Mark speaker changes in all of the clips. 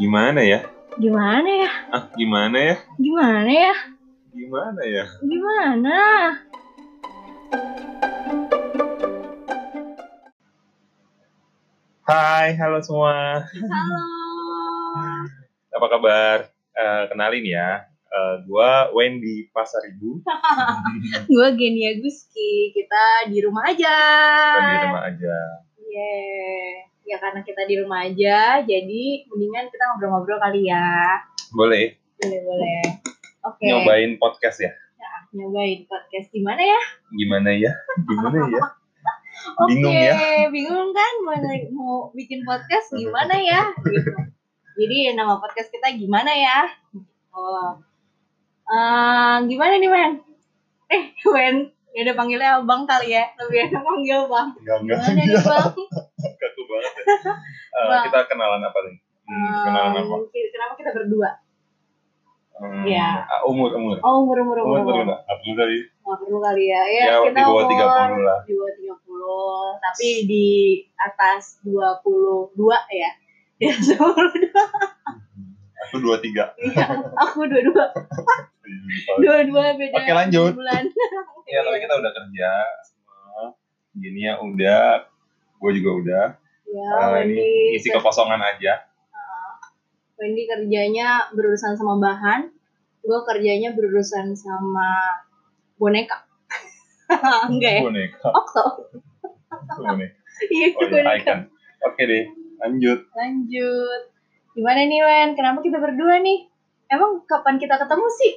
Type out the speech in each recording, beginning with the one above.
Speaker 1: Gimana ya?
Speaker 2: Gimana ya?
Speaker 1: Ah, gimana ya?
Speaker 2: Gimana ya?
Speaker 1: Gimana ya?
Speaker 2: Gimana?
Speaker 1: Hai, halo semua.
Speaker 2: Halo.
Speaker 1: Apa kabar? Eh, kenalin ya. Eh, gua Wendy Pasaribu.
Speaker 2: Gue Genia Guski. Kita di rumah aja.
Speaker 1: Kita di rumah aja.
Speaker 2: Yeah. Ya karena kita di rumah aja, jadi mendingan kita ngobrol-ngobrol kali ya.
Speaker 1: Boleh
Speaker 2: Boleh boleh. Oke.
Speaker 1: nyobain podcast ya?
Speaker 2: Nyobain podcast gimana ya?
Speaker 1: Gimana ya? Gimana ya?
Speaker 2: Oke.
Speaker 1: Bingung ya?
Speaker 2: Bingung kan mau mau bikin podcast gimana ya? Gitu. Jadi nama podcast kita gimana ya? Oh. Eh, gimana nih men? Eh Wen, ya udah panggilnya abang kali ya. Lebih enak panggil bang.
Speaker 1: Enggak, Ya, enggak.
Speaker 2: Gimana nih bang?
Speaker 1: Kaku banget ya. Eh,
Speaker 2: Bang.
Speaker 1: kita kenalan apa nih? Hmm, kenalan apa?
Speaker 2: Eh, kenapa kita berdua?
Speaker 1: Hmm,
Speaker 2: Iya.
Speaker 1: ah, umur, umur.
Speaker 2: Oh umur umur
Speaker 1: Umur
Speaker 2: umur. umur.
Speaker 1: perlu nggak? Ah, perlu kali.
Speaker 2: Nggak perlu kali ya. Ya,
Speaker 1: Ya,
Speaker 2: kita
Speaker 1: di bawah
Speaker 2: umur
Speaker 1: 30 lah.
Speaker 2: Di bawah 30, tapi di atas 22 ya. Di atas 22.
Speaker 1: Aku dua tiga. Iya,
Speaker 2: Iya, aku 22. 22 beda.
Speaker 1: Oke, lanjut.
Speaker 2: Bulan.
Speaker 1: Iya, tapi kita udah kerja semua. Gini ya, udah. Gue juga udah.
Speaker 2: Ya,
Speaker 1: Eh, ini
Speaker 2: Wendy,
Speaker 1: isi kekosongan aja.
Speaker 2: Wendy kerjanya berurusan sama bahan. Gue kerjanya berurusan sama boneka. Enggak ya?
Speaker 1: Boneka.
Speaker 2: Okto.
Speaker 1: Boneka.
Speaker 2: Iya,
Speaker 1: Oh, iya,
Speaker 2: boneka.
Speaker 1: icon. Oke deh, lanjut.
Speaker 2: Lanjut. Gimana nih, Wen? Kenapa kita berdua nih? Emang kapan kita ketemu sih?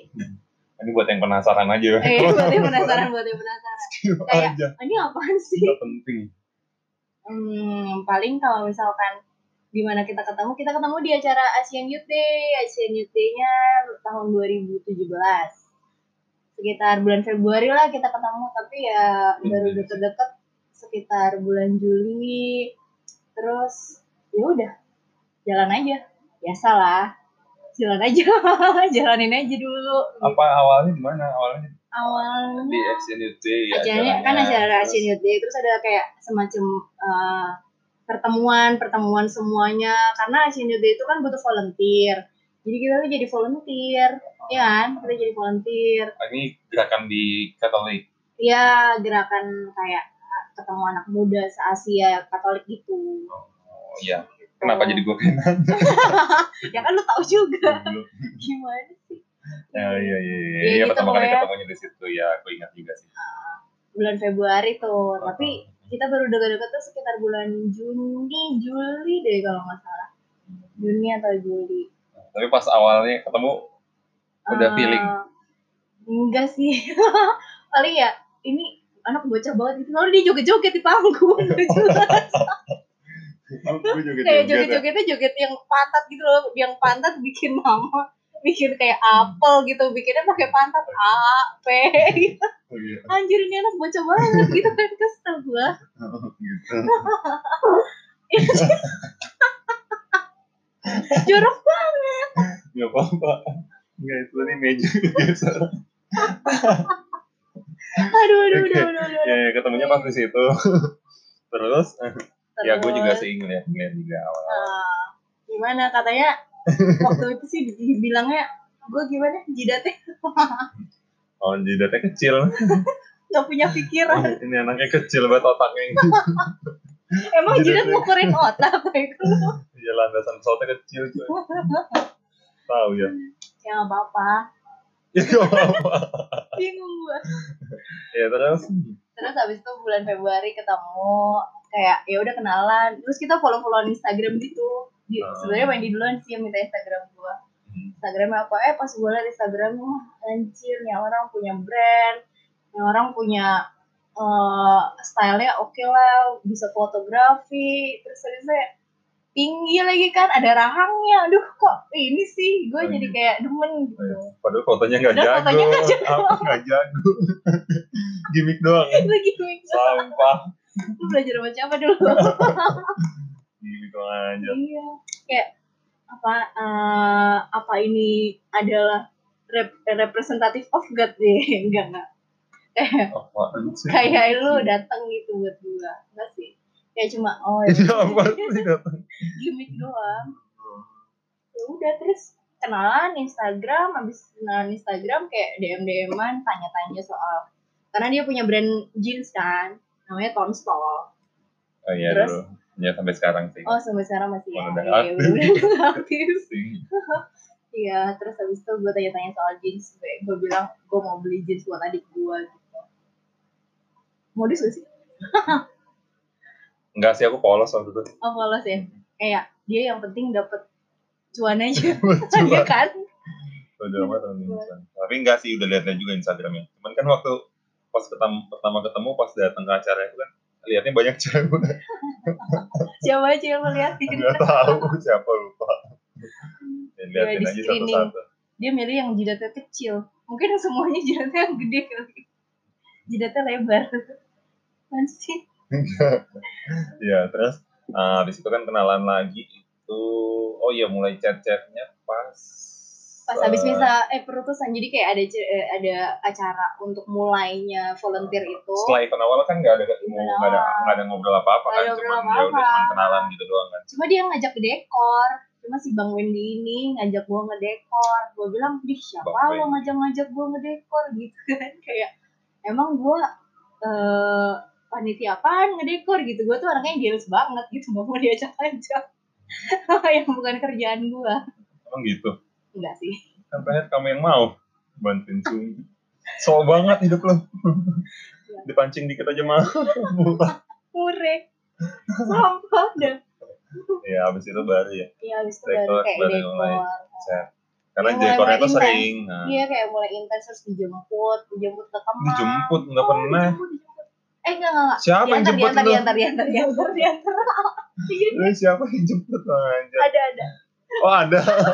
Speaker 1: Ini buat yang penasaran aja.
Speaker 2: Eh, buat yang penasaran, buat yang penasaran.
Speaker 1: Skip
Speaker 2: Kayak-
Speaker 1: aja.
Speaker 2: Ini apaan sih?
Speaker 1: Nggak penting.
Speaker 2: Hmm, paling kalau misalkan di mana kita ketemu, kita ketemu di acara Asian Youth Day. Asian Youth Day-nya tahun 2017. Sekitar bulan Februari lah kita ketemu, tapi ya baru
Speaker 1: Hmm.
Speaker 2: deket-deket sekitar bulan Juli. Terus ya udah, jalan aja. Biasalah. Jalan aja. Jalanin aja dulu.
Speaker 1: Apa awalnya di mana? Awalnya
Speaker 2: Awalnya
Speaker 1: di Action Youth Day ya.
Speaker 2: acaranya kan acara Asian Youth Day terus ada kayak semacam eh, pertemuan pertemuan semuanya karena Asian Youth Day itu kan butuh volunteer jadi kita tuh jadi volunteer ya kan kita jadi volunteer
Speaker 1: Terus, ah, Ini gerakan di Katolik.
Speaker 2: ya gerakan kayak ah, ketemu anak muda se Asia Katolik gitu
Speaker 1: Oh iya. Kenapa jadi gue kena?
Speaker 2: ya kan lu tahu juga gimana sih
Speaker 1: Ya iya iya.
Speaker 2: Ya,
Speaker 1: Iya
Speaker 2: gitu,
Speaker 1: pertama kali
Speaker 2: pokoknya.
Speaker 1: ketemunya di situ ya. Aku ingat juga sih.
Speaker 2: bulan Februari tuh tapi kita baru deket-deket tuh sekitar bulan Juni Juli deh kalau nggak salah Juni atau Juli
Speaker 1: Tapi pas awalnya ketemu Udah
Speaker 2: Eh,
Speaker 1: feeling?
Speaker 2: Enggak sih. Paling ya ini anak bocah banget gitu. Lalu dia joget-joget di panggung. Nggak jelas.
Speaker 1: gue juga ya.
Speaker 2: kayak joget-jogetnya joget yang pantat gitu loh. Yang pantat bikin mama bikin kayak apel gitu bikinnya pakai pantat A P gitu.
Speaker 1: Oh, iya.
Speaker 2: anjir ini anak bocah banget gitu kan kesel gua
Speaker 1: gitu.
Speaker 2: jorok banget
Speaker 1: Gak apa-apa. Enggak itu tadi meja biasa.
Speaker 2: aduh aduh aduh aduh, aduh.
Speaker 1: Ya, ya, ketemunya pas di situ. Terus, ya gue juga
Speaker 2: Terus,
Speaker 1: sih ngeliat ngeliat juga awal.
Speaker 2: eh, gimana katanya waktu itu sih dibilangnya gue gimana ya? jidatnya
Speaker 1: Oh jidatnya kecil.
Speaker 2: nggak punya pikiran
Speaker 1: Ini anaknya kecil banget otaknya.
Speaker 2: Emang
Speaker 1: Jidat
Speaker 2: jidat
Speaker 1: lu.
Speaker 2: ngukurin otak kayak gitu?
Speaker 1: Iya landasan pesawatnya kecil. coy. Tahu ya.
Speaker 2: Ya nggak apa-apa.
Speaker 1: Ya gak apa-apa.
Speaker 2: Bingung gue.
Speaker 1: Ya terus.
Speaker 2: Terus abis itu bulan Februari ketemu kayak ya udah kenalan. Terus kita follow-followan Instagram gitu. Di,
Speaker 1: Hmm.
Speaker 2: Sebenarnya main di duluan sih yang minta Instagram gue. Instagramnya apa? Eh pas gue liat Instagram, wah anjir nih orang punya brand, nih orang punya eh stylenya oke lah, bisa fotografi, terus habis itu kayak tinggi lagi kan, ada rahangnya, aduh kok ini sih, gue jadi kayak demen gitu.
Speaker 1: Padahal fotonya gak
Speaker 2: Padahal
Speaker 1: jago.
Speaker 2: fotonya nggak jago.
Speaker 1: Aku gak jago. Gimik doang.
Speaker 2: lagi gimmick
Speaker 1: Sampah.
Speaker 2: lu belajar baca apa dulu
Speaker 1: Gimik doang aja.
Speaker 2: iya kayak apa eh, apa ini adalah rep- representatif of God deh enggak enggak Eh,
Speaker 1: Apaan sih?
Speaker 2: kayak lu datang gitu buat gua enggak
Speaker 1: Ya Iya,
Speaker 2: sih kayak cuma oh
Speaker 1: Ini apa sih datang?
Speaker 2: gimmick doang ya udah terus kenalan Instagram habis kenalan Instagram kayak DM DMan tanya-tanya soal karena dia punya brand jeans kan namanya Tonstol
Speaker 1: Oh iya
Speaker 2: Terus?
Speaker 1: dulu. Ya sampai sekarang sih.
Speaker 2: oh sampai sekarang masih ya
Speaker 1: Wah, udah
Speaker 2: Iya,
Speaker 1: aktif.
Speaker 2: udah aktif
Speaker 1: Sih.
Speaker 2: Iya, terus habis itu gue tanya-tanya soal jeans, gue, gue bilang gue mau beli jeans buat adik gue gitu. Modus gak sih?
Speaker 1: Enggak sih aku polos waktu itu.
Speaker 2: Oh polos ya? Kayak dia yang penting dapet cuan aja,
Speaker 1: Coba.
Speaker 2: ya kan?
Speaker 1: Udah lama tahun
Speaker 2: Iya.
Speaker 1: ini. Tapi enggak sih udah lihat-lihat juga Instagramnya. Cuman kan waktu pas ketemu, pertama ketemu pas datang ke acara itu kan lihatnya banyak cewek
Speaker 2: Siapa aja yang melihat
Speaker 1: nggak tahu siapa lupa ya, liatin
Speaker 2: Iya, di
Speaker 1: aja
Speaker 2: screening.
Speaker 1: satu-satu
Speaker 2: Dia milih yang jidatnya kecil. Mungkin semuanya jidatnya yang gede kali. Jidatnya lebar. Kan sih?
Speaker 1: ya terus ah, habis itu kan kenalan lagi itu oh iya mulai chat-chatnya pas
Speaker 2: Pas habis
Speaker 1: eh,
Speaker 2: misa, eh perutusan. Jadi kayak ada ce- eh, ada acara untuk mulainya volunteer itu.
Speaker 1: setelah event awal kan nggak ada ketemu
Speaker 2: Event
Speaker 1: nggak ada
Speaker 2: awal.
Speaker 1: nggak ada ngobrol apa apa
Speaker 2: Nggak
Speaker 1: kan
Speaker 2: ada
Speaker 1: cuma
Speaker 2: ngobrol
Speaker 1: ya udah
Speaker 2: apa-apa.
Speaker 1: cuma kenalan gitu doang kan
Speaker 2: cuma dia ngajak ke dekor cuma si bang Wendy ini ngajak gue ngedekor gue bilang dih siapa
Speaker 1: Bang
Speaker 2: lo
Speaker 1: Wendy.
Speaker 2: ngajak-ngajak gue ngedekor gitu kan kayak emang gue eh panitia apaan ngedekor gitu gue tuh orangnya jealous banget gitu gak mau diajak-ajak Oh, yang bukan kerjaan gue
Speaker 1: emang gitu
Speaker 2: enggak sih
Speaker 1: kan terakhir kamu yang mau bantuin sung so banget hidup lo dipancing dikit aja mah
Speaker 2: murek sampah dah
Speaker 1: ya habis itu baru ya
Speaker 2: ya habis itu baru
Speaker 1: Dekor,
Speaker 2: kayak
Speaker 1: baru mulai.
Speaker 2: dekor
Speaker 1: chat karena
Speaker 2: Ya, mulai-
Speaker 1: dekornya tuh
Speaker 2: mulai
Speaker 1: sering nah,
Speaker 2: Iya kayak mulai intens terus dijemput, dijemput ke kamar.
Speaker 1: dijemput nggak pernah
Speaker 2: Oh, dijemput, dijemput. Eh enggak enggak enggak.
Speaker 1: siapa yang
Speaker 2: diantar,
Speaker 1: jemput lo
Speaker 2: diantar, diantar, diantar, diantar, diantar, Iya,
Speaker 1: Eh, siapa yang jemput lo aja
Speaker 2: ada, ada,
Speaker 1: oh ada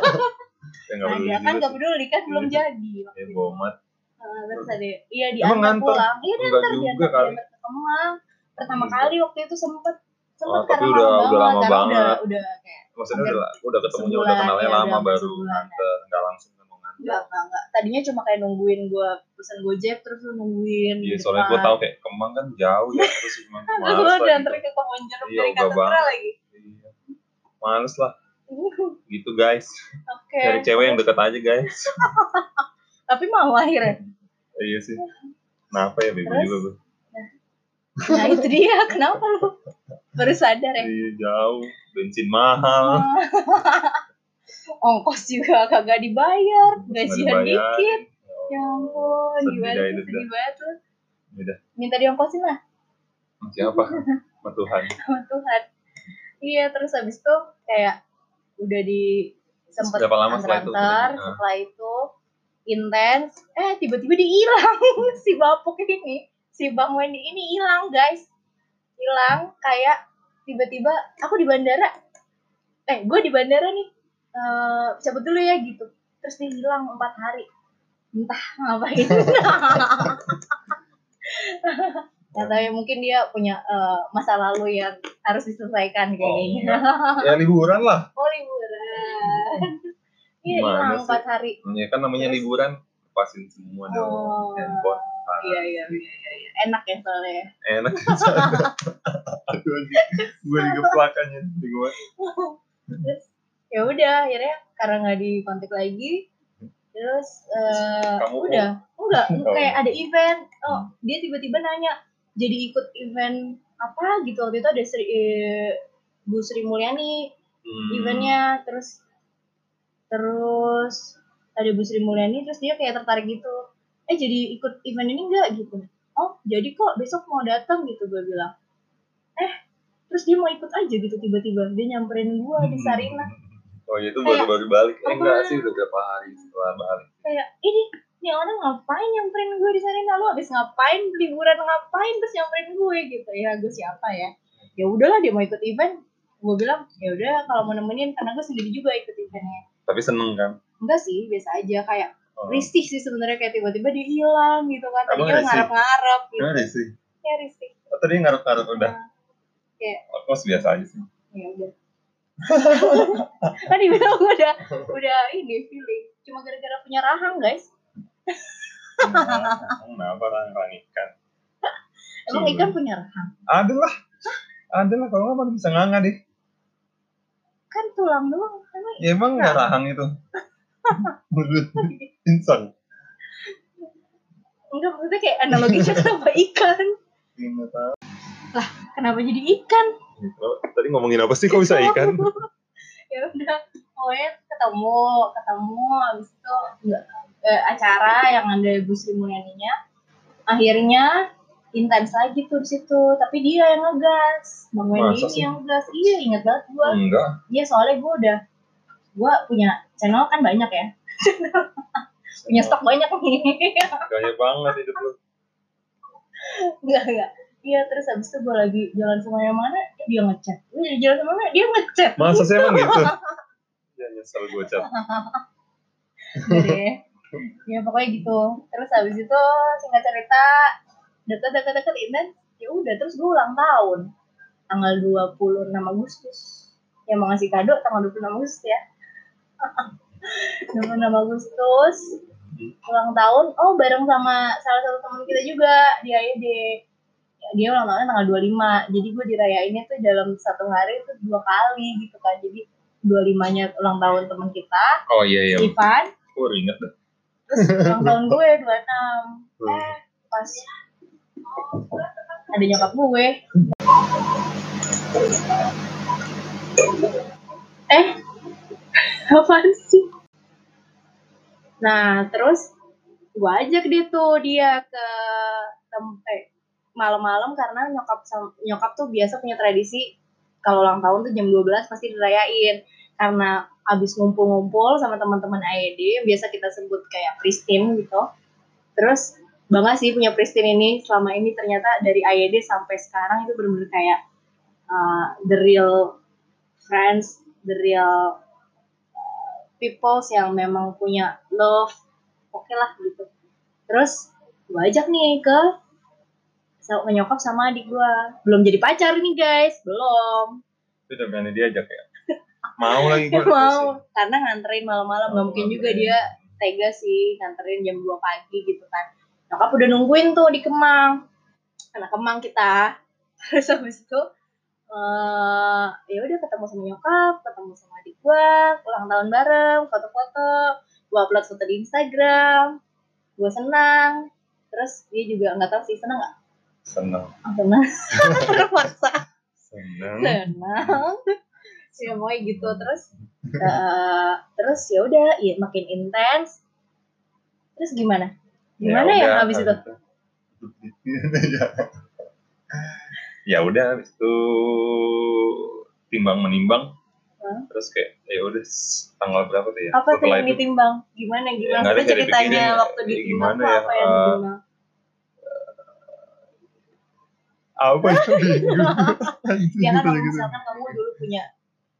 Speaker 1: ya nggak peduli
Speaker 2: ada. Kan
Speaker 1: juga
Speaker 2: nggak
Speaker 1: sih.
Speaker 2: peduli kan belum
Speaker 1: Iya.
Speaker 2: jadi.
Speaker 1: ya bomat
Speaker 2: Nah, Terus ada, iya
Speaker 1: Emang
Speaker 2: diantar
Speaker 1: ngantor?
Speaker 2: pulang. Iya
Speaker 1: enggak
Speaker 2: diantar,
Speaker 1: juga
Speaker 2: diantar,
Speaker 1: kali
Speaker 2: diantar ke Kemang. Pertama
Speaker 1: Iya.
Speaker 2: kali waktu itu sempet, sempet
Speaker 1: Oh, tapi
Speaker 2: karena
Speaker 1: udah-
Speaker 2: lama
Speaker 1: udah lama
Speaker 2: karena
Speaker 1: banget.
Speaker 2: Udah, udah kayak
Speaker 1: maksudnya
Speaker 2: Hampir
Speaker 1: udah udah ketemunya udah
Speaker 2: sebulan,
Speaker 1: kenalnya
Speaker 2: ya, udah
Speaker 1: lama
Speaker 2: hampir
Speaker 1: baru
Speaker 2: sebulan. Iya,
Speaker 1: nganter nggak langsung kan mau nganter
Speaker 2: enggak, enggak, enggak. Tadinya cuma kayak nungguin gue pesan gojek terus lu nungguin.
Speaker 1: Iya,
Speaker 2: di
Speaker 1: soalnya gue
Speaker 2: depan.
Speaker 1: tau kayak Kemang kan jauh ya, terus cuma
Speaker 2: Terus
Speaker 1: males
Speaker 2: lu
Speaker 1: lah gitu.
Speaker 2: diantarin ke Kemang Jeruk
Speaker 1: Iya,
Speaker 2: dari
Speaker 1: ogah
Speaker 2: Katedral lagi.
Speaker 1: Iya. Males lah, gitu guys.
Speaker 2: Oke.
Speaker 1: Cari cewek yang dekat aja guys.
Speaker 2: Tapi mau akhirnya.
Speaker 1: iya sih. Kenapa ya bego
Speaker 2: Terus?
Speaker 1: juga gue?
Speaker 2: Nah itu dia, kenapa lu baru sadar ya?
Speaker 1: Iya jauh, bensin mahal,
Speaker 2: ongkos juga kagak dibayar, gajian
Speaker 1: dibayar.
Speaker 2: dikit. Ya ampun,
Speaker 1: Sedih
Speaker 2: gimana
Speaker 1: dah
Speaker 2: sih
Speaker 1: hidup
Speaker 2: sedih banget lu.
Speaker 1: Ya udah.
Speaker 2: Minta diongkosin lah
Speaker 1: sama siapa? Sama Tuhan.
Speaker 2: sama Tuhan. Iya, terus habis itu kayak udah di sempet
Speaker 1: Berapa lama setelah itu?
Speaker 2: antar-antar,
Speaker 1: Ah.
Speaker 2: setelah itu intens, eh tiba-tiba dihilang si bapuk ini, si Bang Wendy ini hilang guys, hilang kayak tiba-tiba aku di bandara, eh gue di bandara nih, eh cabut dulu ya gitu, terus dia hilang empat hari, entah ngapain. Atau ya mungkin dia punya eh, masa lalu yang harus diselesaikan kayaknya.
Speaker 1: Ya liburan lah.
Speaker 2: Oh liburan. Iya
Speaker 1: Gimana
Speaker 2: hilang
Speaker 1: sih?
Speaker 2: empat hari.
Speaker 1: Ya kan namanya
Speaker 2: Terus?
Speaker 1: liburan, lepasin semua dong.
Speaker 2: Oh.
Speaker 1: Handphone, ah,
Speaker 2: Iya iya iya iya, iya. Enak ya soalnya.
Speaker 1: enak. Aduh, gue digeplak aja. di gua.
Speaker 2: Terus ya udah akhirnya karena nggak dikontak lagi. Terus eh,
Speaker 1: Kamu
Speaker 2: udah enggak
Speaker 1: Kamu-
Speaker 2: kayak ada event. Oh dia tiba-tiba nanya jadi ikut event apa gitu waktu itu ada Sri, eh, Bu Sri Mulyani
Speaker 1: Hmm.
Speaker 2: eventnya terus terus ada Bu Sri Mulyani terus dia kayak tertarik gitu eh jadi ikut event ini enggak gitu oh jadi kok besok mau datang gitu gue bilang eh terus dia mau ikut aja gitu tiba-tiba dia nyamperin gue
Speaker 1: Hmm.
Speaker 2: di Sarina
Speaker 1: Oh iya itu
Speaker 2: Kayak,
Speaker 1: baru-baru balik. Eh,
Speaker 2: apa?
Speaker 1: enggak sih udah berapa hari setelah balik.
Speaker 2: kayak ini nih Ya, orang ngapain nyamperin gue di Sarina lu habis ngapain liburan ngapain terus nyamperin gue gitu ya gue siapa ya ya udahlah dia mau ikut event gue bilang ya udah kalau mau nemenin karena gue sendiri juga ikut eventnya
Speaker 1: Tapi seneng kan?
Speaker 2: enggak sih biasa aja kayak
Speaker 1: Oh.
Speaker 2: risih sih sebenarnya kayak tiba-tiba dia hilang gitu kan
Speaker 1: Emang
Speaker 2: tadinya
Speaker 1: risih?
Speaker 2: ngarep-ngarep gitu
Speaker 1: Gimana sih?
Speaker 2: ya risih
Speaker 1: Oh, tadi ngarep-ngarep udah.
Speaker 2: Iya.
Speaker 1: Aku biasa aja sih.
Speaker 2: ya udah kan dibilang gue udah udah ini feeling cuma gara-gara punya rahang guys
Speaker 1: Nah, Kenapa orang-orang ikan?
Speaker 2: emang
Speaker 1: Coba.
Speaker 2: ikan punya rahang
Speaker 1: Ada lah. Ada lah kalau nggak baru bisa nganga deh.
Speaker 2: kan tulang doang emang
Speaker 1: Ya emang nggak rahang itu. Mulut insan.
Speaker 2: enggak maksudnya kayak analoginya kenapa ikan
Speaker 1: Ini tahu.
Speaker 2: kenapa jadi ikan
Speaker 1: Gitu. Tadi ngomongin apa sih kok bisa ikan?
Speaker 2: ya udah pokoknya ketemu ketemu abis itu nggak- eh, acara yang ada Ibu Sri Mulyaninya akhirnya intens lagi tuh di situ tapi dia yang ngegas bang Wendy
Speaker 1: Masa sih?
Speaker 2: ini
Speaker 1: Hmm.
Speaker 2: yang ngegas iya inget banget gue
Speaker 1: Enggak.
Speaker 2: iya soalnya gue udah gue punya channel kan banyak ya punya stok banyak nih
Speaker 1: Gaya banget hidup lu.
Speaker 2: enggak enggak iya terus abis itu gue lagi jalan kemana-mana dia ngechat gue lagi jalan kemana dia ngechat
Speaker 1: Masa sih emang gitu? Ya nyesel gue cat.
Speaker 2: Gitu ya. ya pokoknya gitu terus habis itu singkat cerita deket deket deket intens ya udah terus gue ulang tahun tanggal 26 Agustus yang mau ngasih kado tanggal 26 Agustus ya 26 Agustus ulang tahun oh bareng sama salah satu teman kita juga di AID Ya, dia ulang tahunnya tanggal 25 jadi gue dirayainnya tuh dalam satu hari itu dua kali gitu kan jadi 25 nya ulang tahun teman kita
Speaker 1: Oh iya iya.
Speaker 2: Ivan
Speaker 1: Gue inget dah.
Speaker 2: ulang tahun gue 26
Speaker 1: Hmm.
Speaker 2: eh pas ada nyokap gue eh apaan sih nah terus gue ajak deh tuh dia ke tempat malam-malam karena nyokap sam- nyokap tuh biasa punya tradisi kalau ulang tahun tuh jam 12 pasti dirayain karena abis ngumpul-ngumpul sama teman-teman AED biasa kita sebut kayak Pristin gitu terus bangga sih punya Pristin ini selama ini ternyata dari AED sampai sekarang itu bener-bener kayak uh, the real friends the real uh, peoples yang memang punya love oke lah gitu terus gue ajak nih ke sama nyokap sama adik gue belum jadi pacar nih guys belum
Speaker 1: Itu udah berani diajak ya. Mau lagi gue.
Speaker 2: mau karena nganterin malam-malam nggak mungkin
Speaker 1: Oh,
Speaker 2: juga
Speaker 1: oke.
Speaker 2: dia tega sih nganterin jam 2 pagi gitu kan nyokap udah nungguin tuh di Kemang anak Kemang kita terus habis itu eh ya udah ketemu sama nyokap ketemu sama adik gua ulang tahun bareng foto-foto gua upload foto di Instagram gua senang terus dia juga nggak tahu sih senang nggak
Speaker 1: Seneng.
Speaker 2: Ah, senang terpaksa
Speaker 1: Seneng.
Speaker 2: senang ya mau gitu terus eh, terus ya udah ya makin intens terus gimana gimana yang
Speaker 1: Ya udah, gitu.
Speaker 2: habis itu
Speaker 1: ya udah habis itu timbang menimbang
Speaker 2: Hah?
Speaker 1: terus kayak ya udah s- tanggal berapa tuh ya
Speaker 2: apa tuh
Speaker 1: setelah
Speaker 2: yang
Speaker 1: itu
Speaker 2: ditimbang gimana gimana
Speaker 1: nggak ada
Speaker 2: tuh
Speaker 1: yang
Speaker 2: ceritanya
Speaker 1: dipikirin,
Speaker 2: waktu
Speaker 1: eh,
Speaker 2: ditimbang
Speaker 1: gimana
Speaker 2: tuh
Speaker 1: ya,
Speaker 2: apa yang
Speaker 1: eh,
Speaker 2: ditimbang
Speaker 1: apa itu gitu,
Speaker 2: ya kan kalau misalkan kamu dulu punya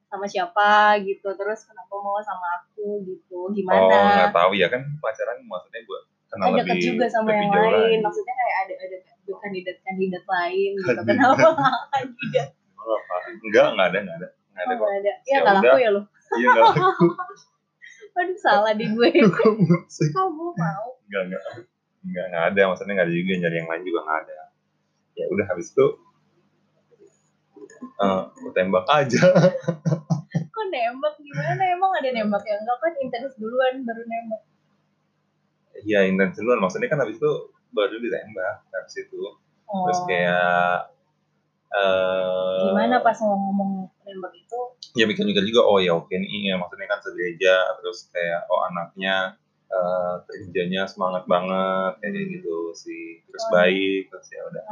Speaker 2: sama siapa gitu terus kenapa mau sama aku gitu
Speaker 1: oh
Speaker 2: gimana
Speaker 1: nggak tahu ya kan pacaran maksudnya gue kenal
Speaker 2: kan dekat
Speaker 1: lebih
Speaker 2: juga sama
Speaker 1: lebih
Speaker 2: yang
Speaker 1: jauh
Speaker 2: lain
Speaker 1: lagi.
Speaker 2: maksudnya kayak ada ada ada kandidat-kandidat lain gitu
Speaker 1: Kandidat.
Speaker 2: kenapa kandidat
Speaker 1: Oh, apa? enggak enggak ada enggak ada enggak ada
Speaker 2: Oh,
Speaker 1: kok
Speaker 2: nggak ada ya
Speaker 1: Ya
Speaker 2: nggak
Speaker 1: udah.
Speaker 2: laku ya lo
Speaker 1: iya enggak ada
Speaker 2: Aduh salah di gue. Kamu mau?
Speaker 1: enggak enggak enggak enggak ada maksudnya enggak ada juga nyari yang lain juga enggak ada ya udah habis itu eh gua tembak aja
Speaker 2: Kok nembak gimana? Emang ada nembak ya? Enggak kan intens duluan baru nembak.
Speaker 1: ya intens duluan maksudnya kan habis itu baru ditembak habis itu
Speaker 2: Oh.
Speaker 1: terus kayak eh
Speaker 2: Gimana pas mau ngomong nembak itu?
Speaker 1: ya mikir-mikir juga oh ya oke nih ya maksudnya kan segereja terus kayak oh anaknya eh, kerjanya semangat banget kayak gitu sih terus
Speaker 2: Oh.
Speaker 1: baik terus ya udah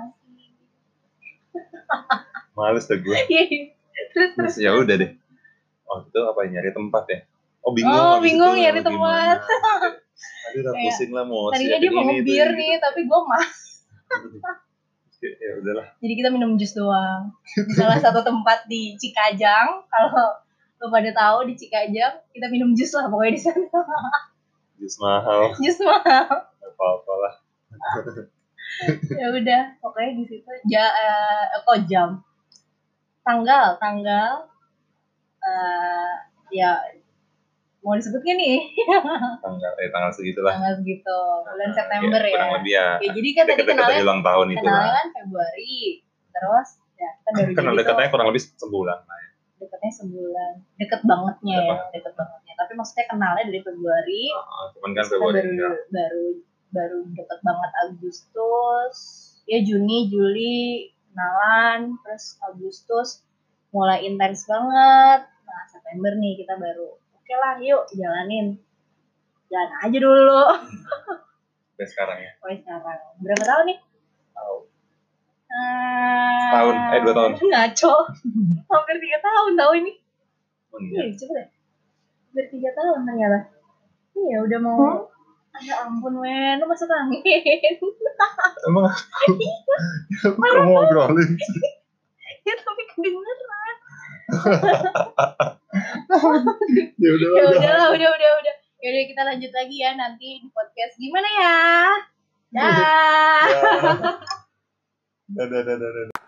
Speaker 1: males tuh gue
Speaker 2: Iya. terus terus.
Speaker 1: terus ya udah deh oh itu apa ya, nyari tempat ya oh bingung
Speaker 2: Oh,
Speaker 1: habis
Speaker 2: bingung
Speaker 1: itu
Speaker 2: nyari tempat.
Speaker 1: gimana. aduh udah
Speaker 2: Kayak,
Speaker 1: pusing lah mau
Speaker 2: Tadinya dia
Speaker 1: siapin
Speaker 2: mau
Speaker 1: ini, itu,
Speaker 2: ngebir
Speaker 1: ini,
Speaker 2: nih, tapi gue mah.
Speaker 1: gitu. Terus ya udahlah
Speaker 2: Jadi kita minum jus doang. Di salah satu tempat di Cikajang. Kalau lo pada tahu di Cikajang, kita minum jus lah pokoknya di sana.
Speaker 1: jus mahal
Speaker 2: Jus mah.
Speaker 1: apa-apa lah
Speaker 2: ya udah pokoknya di situ ja eh, kok jam tanggal tanggal eh ya mau disebut nggak nih
Speaker 1: tanggal eh tanggal segitulah
Speaker 2: tanggal gitu bulan
Speaker 1: Nah,
Speaker 2: September ya,
Speaker 1: kurang lebih ya
Speaker 2: ya jadi kan tadi
Speaker 1: deket-deket gitu dari
Speaker 2: kenalnya
Speaker 1: ulang tahun itu
Speaker 2: kenalnya kan Februari terus ya kita baru
Speaker 1: kenal
Speaker 2: jadi tuh
Speaker 1: dekatnya kurang lebih sebulan lah ya.
Speaker 2: deketnya sebulan deket bangetnya ya deket bangetnya tapi maksudnya kenalnya dari Februari
Speaker 1: Ah, cuman kan
Speaker 2: terus kita
Speaker 1: Februari
Speaker 2: baru,
Speaker 1: enggak.
Speaker 2: baru baru deket banget Agustus ya Juni Juli kenalan terus Agustus mulai intens banget nah September nih kita baru oke lah yuk jalanin jalan aja dulu
Speaker 1: sampai sekarang ya
Speaker 2: Mulai sekarang berapa tahun nih
Speaker 1: tahu
Speaker 2: Eh,
Speaker 1: Tahun, eh, dua tahun.
Speaker 2: ngaco hampir tiga tahun tahu ini
Speaker 1: mengingat
Speaker 2: Iya, coba deh. Hampir tiga tahun ternyata. Iya, udah mau. Ya ampun, Wen. Lu masuk angin. Ya,
Speaker 1: emang aku
Speaker 2: Iya.
Speaker 1: aku kamu ngobrolin
Speaker 2: ya, tapi kedengeran.
Speaker 1: ya udah
Speaker 2: Ya
Speaker 1: udah
Speaker 2: udah lah, udah, udah, udah. Ya udah, kita lanjut lagi ya nanti di podcast. Gimana ya? Dah.
Speaker 1: Dadah, dadah, dadah.